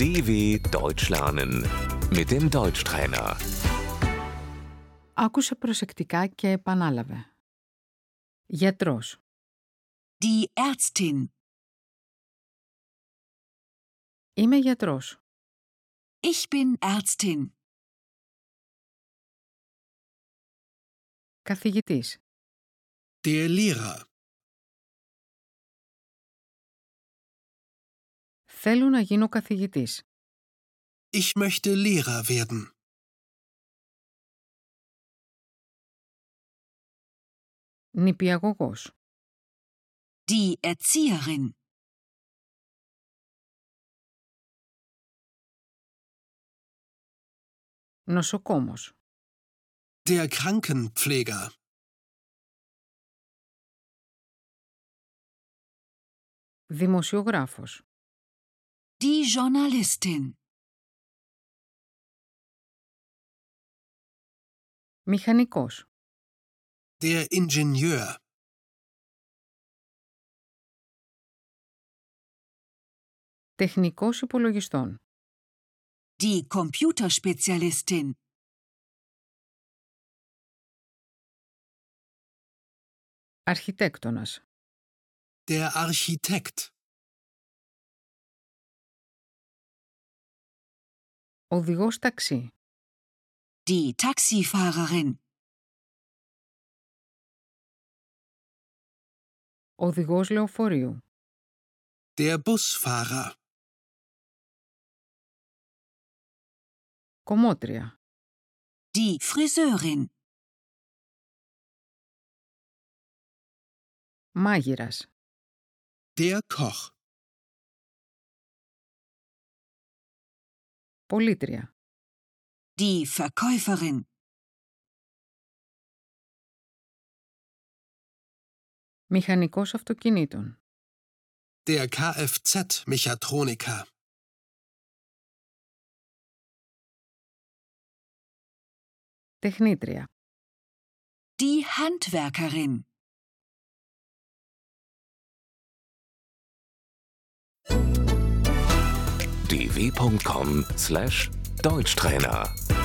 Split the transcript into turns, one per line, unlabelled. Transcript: DW Deutsch lernen mit dem Deutschtrainer.
Άκουσε προσεκτικά και επανάλαβε. Γιατρός,
Die Ärztin.
είμαι γιατρός.
Ich bin Ärztin.
Καθηγητής,
Der Lehrer.
θέλω να γίνω καθηγητής.
Ich möchte Lehrer werden.
Νηπιαγωγός,
Die Erzieherin.
νοσοκόμος,
Der Krankenpfleger.
δημοσιογράφος,
Die Journalistin.
μηχανικός,
Der Ingenieur.
τεχνικός υπολογιστών,
Die Computerspezialistin.
αρχιτέκτονας,
Der Architekt.
οδηγός ταξί,
Die Taxifahrerin.
οδηγός λεωφορείου,
Der Busfahrer.
κομμότρια,
Die Friseurin.
μάγειρας,
Der Koch.
πολίτρια,
Die Verkäuferin.
μηχανικός αυτοκινήτων,
Der Kfz-Mechatroniker.
τεχνίτρια,
Die Handwerkerin.
dw.com/deutschtrainer